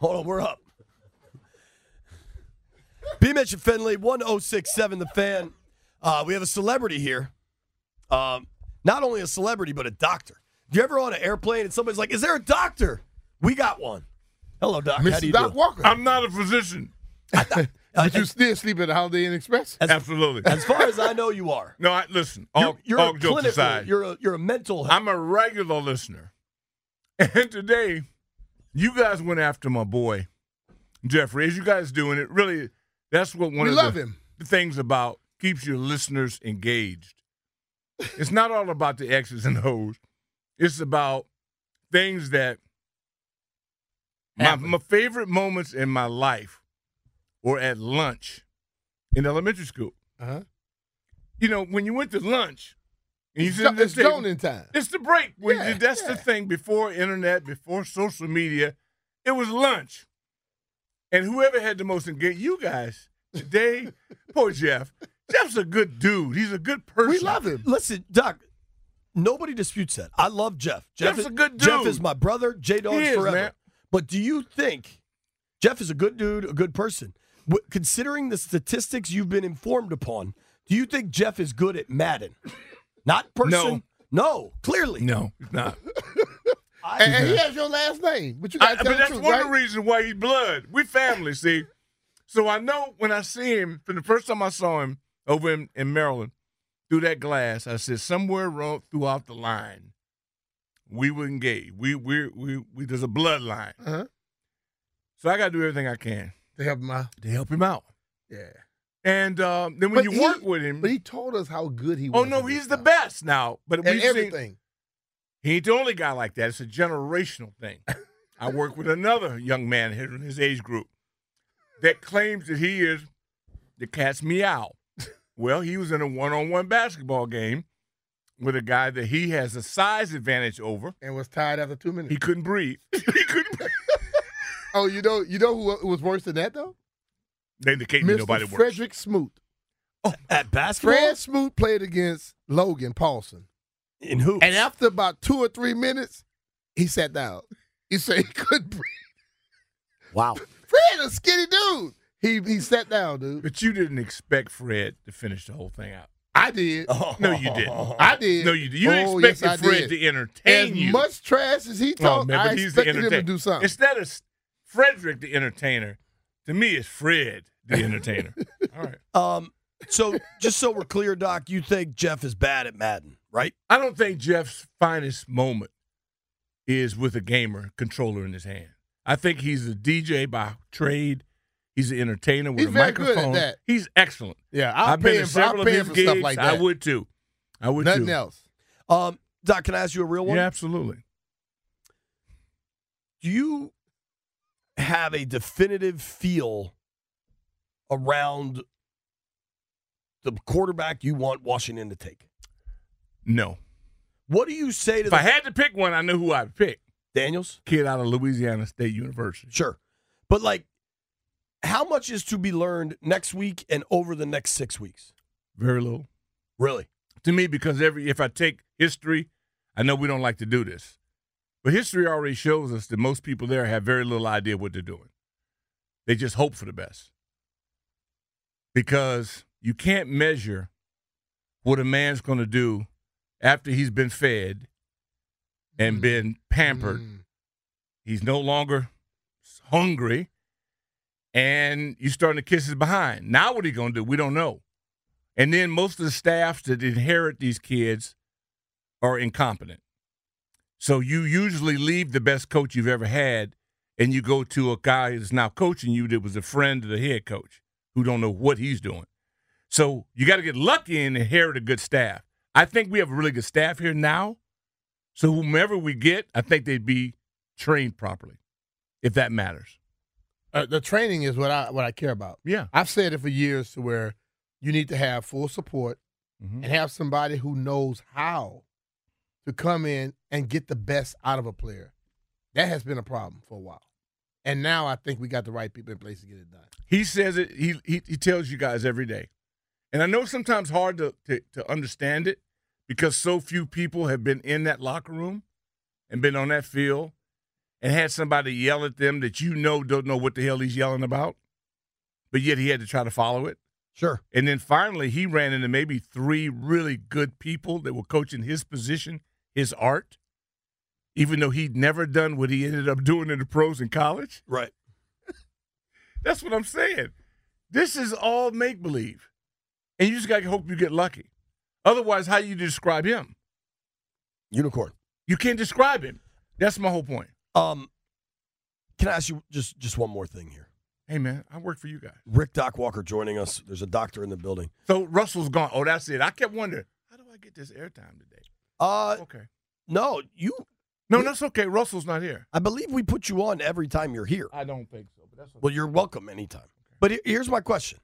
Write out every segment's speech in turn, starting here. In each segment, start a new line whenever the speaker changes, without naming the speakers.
Hold on, we're up. B. Mitch and Finley, 1067 The Fan. Uh, we have a celebrity here. Um, not only a celebrity, but a doctor. If you're ever on an airplane and somebody's like, Is there a doctor? We got one. Hello, Doc. How do
Mrs.
you
Doc
do?
Walker.
I'm not a physician.
But you still sleep at the Holiday Inn Express?
Absolutely.
As far as I know, you are.
No, I, listen. All,
you're, you're
all
a
jokes
clinical,
aside,
You're a, you're a mental health.
I'm a regular listener, and today, you guys went after my boy, Jeffrey. As you guys doing it, really, that's what one
We
of
love
the,
him.
the things about keeps your listeners engaged. It's not all about the X's and O's. It's about things that my, my favorite moments in my life were at lunch in elementary school.
Uh-huh.
You know, when you went to lunch and you
It's
sit at
jo-
the
it's
table-
zoning time.
It's the break. When
Yeah,
you- that's
yeah.
the thing before internet, before social media, it was lunch. And whoever had the most engaged, you guys today, poor Jeff. Jeff's a good dude. He's a good person.
We love him.
Listen, Doc, nobody disputes that. I love Jeff.
Jeff's
is-
a good
Jeff
dude.
is my brother. J Dog's
He is,
forever.
man.
But do you think Jeff is a good dude, a good person? W- considering the statistics you've been informed upon, do you think Jeff is good at Madden? Not person. No, clearly.
No, he's not.
I-
And, and he has your last name, but you
I,
got to
but
tell the
that's
truth,
one of
right?
the reasons why he's blood. We family, see. So I know when I see him, from the first time I saw him over in, in Maryland, through that glass, I said somewhere wrong throughout the line, we were engaged. We we we, we there's a bloodline.
Uh-huh.
So I got to do everything I can
To help him out.
to help him out.
Yeah.
And um, then when
But
you
he-
work with him,
But he told us how good he was.
oh no,
at this
he's the
stuff.
best now. But
At
we've seen,
everything.
He ain't the only guy like that. It's a generational thing. I work with another young man here in his age group that claims that he is the cat's meow. Well, he was in a one-on-one basketball game with a guy that he has a size advantage over.
And was tired after two minutes.
He couldn't breathe. he couldn't breathe.
oh, you know, you know who was worse than that though?
They they can't be
Mr.
nobody worse.
Frederick Smoot.
at basketball?
Fred Smoot played against Logan Paulson.
In who?
And after about two or three minutes, he sat down. He said he couldn't breathe.
wow.
Fred, a skinny dude. He he sat down, dude.
But you didn't expect Fred to finish the whole thing out.
I did.
Oh.
No, you didn't.
I did.
No, you did. You
Oh, yes,
expected
I
Fred
did.
to entertain
As
you.
much trash as he
Oh,
talked,
man, but
I
he's the
expected him
entertainer.
to do something.
Instead of S- Frederick the entertainer, to me it's Fred the entertainer. All right.
Um, so just so we're clear, Doc, you think Jeff is bad at Madden, right?
I don't think Jeff's finest moment is with a gamer controller in his hand. I think he's a DJ by trade. He's an entertainer with
He's
a
very good at
microphone.
that.
Uh-huh. He's excellent.
yeah,
i
I'll
have
pay
been
him
to
for, I'll
several
pay
of
him
his
for
gigs.
stuff like that.
I would too. I would
Nothing
too.
else.
Um, Doc, can I ask you a real one?
Yeah, absolutely.
do you have a definitive feel around the quarterback you want Washington to take?
No.
What do you say to
If I
the
had to pick one, I knew who I'd pick.
Daniels?
Kid out of Louisiana State University.
Sure. But like how much is to be learned next week and over the next 6 weeks?
Very little.
Really?
to me because every if I take history, I know we don't like to do this, but history already shows us that most people there have very little idea what they're doing. They just hope for the best because you can't measure what a man's going to do after he's been fed and been pampered
Mm.
He's no longer hungry, and you're starting to kiss his behind. Now, what are you going to do? We don't know. And then most of the staffs that inherit these kids are incompetent. So you usually leave the best coach you've ever had, and you go to a guy that's now coaching you that was a friend of the head coach who don't know what he's doing. So you got to get lucky and inherit a good staff. I think we have a really good staff here now. So whomever we get, I think they'd be trained properly, if that matters.
Uh, the training is what I what I care about.
Yeah.
I've said it for years to where you need to have full support
Mm-hmm.
and have somebody who knows how to come in and get the best out of a player. That has been a problem for a while. And now I think we got the right people in place to get it done.
He says it. He he, he tells you guys every day, and I know it's sometimes hard to, to to understand it because so few people have been in that locker room and been on that field and had somebody yell at them that you know don't know what the hell he's yelling about, but yet he had to try to follow it.
Sure.
And then finally, he ran into maybe three really good people that were coaching his position, his art, even though he'd never done what he ended up doing in the pros in college.
Right.
That's what I'm saying. This is all make believe, and you just gotta hope you get lucky. Otherwise, how you describe him?
Unicorn.
You can't describe him. That's my whole point.
Um, can I ask you just just one more thing here?
Hey man, I work for you guys.
Rick Doc Walker joining us. There's a doctor in the building.
So Russell's gone. Oh, that's it. I kept wondering how do I get this airtime today.
Uh,
Okay.
no, you.
No, that's okay. Russell's not here.
I believe we put you on every time you're here.
I don't think so, but that's
Well, you're welcome anytime. But he- here's my question,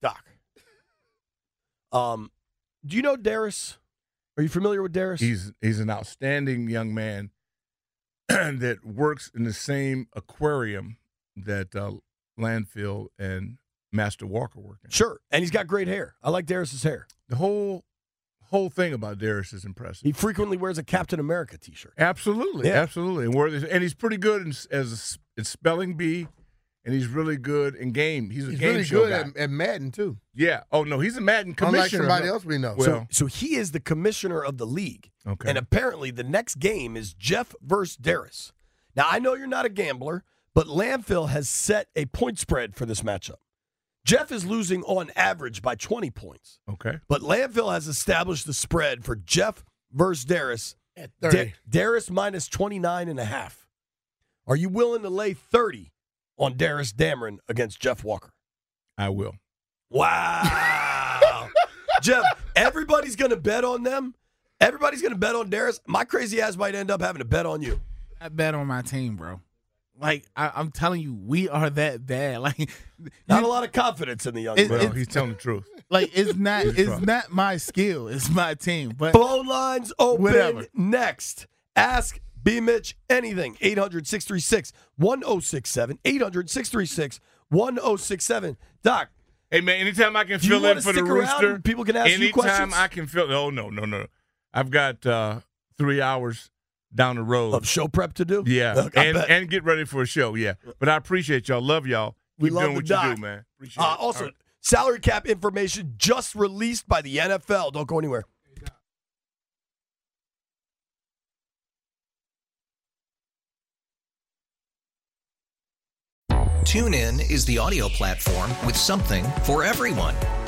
Doc. Um, do you know Darius? Are you familiar with Darius?
He's he's an outstanding young man that works in the same aquarium that uh, Landfill and Master Walker work in.
sure, and he's got great hair. I like Darius's hair.
The whole whole thing about Darius is impressive.
He frequently wears a Captain America T-shirt.
Absolutely,
Yeah.
absolutely, and where and he's pretty good in, s- as a s- in spelling bee, and he's really good in game. He's a
He's
game
really
show
good
guy.
at, at Madden too.
yeah. Oh no, he's a Madden
Unlike
commissioner.
somebody else we know.
Well,
So he is the commissioner of the league.
Okay.
And apparently the next game is Jeff versus Darius. Now I know you're not a gambler, but Landfill has set a point spread for this matchup. Jeff is losing on average by 20 points,
okay.
but Landfill has established the spread for Jeff versus Darius.
at
Da-
30.
Darius minus 29 and a half. Are you willing to lay 30 on Darius Dameron against Jeff Walker?
I will.
Wow. Jeff, everybody's going to bet on them. Everybody's going to bet on Darius. My crazy ass might end up having to bet on you.
I bet on my team, bro. Like I, I'm telling you, we are that bad. Like, you-
Not a lot of confidence in the young
It-
man.
Well, he's telling the truth.
like it's not, it's
probably-
not my skill. It's my team. But
Phone lines open
Whatever.
next. Ask B Mitch anything. 800 636 1067. 800 636 1067. Doc,
Hey man, anytime I can
Do you
fill in
wanna
for the
stick around
rooster,
and people can ask you
anytime
questions?
I can fill. Oh no, no, no. I've got uh, three hours down the road.
of show prep to do?
yeah,
Look, I
and
bet.
and get ready for a show. Yeah, but I appreciate y'all. Love y'all.
We
Keep
love
doing
the
what you
doc.
do, man. Appreciate
Uh,
it.
also,
All right.
salary cap information just released by the NFL. Don't go anywhere.
TuneIn is the audio platform with something for everyone.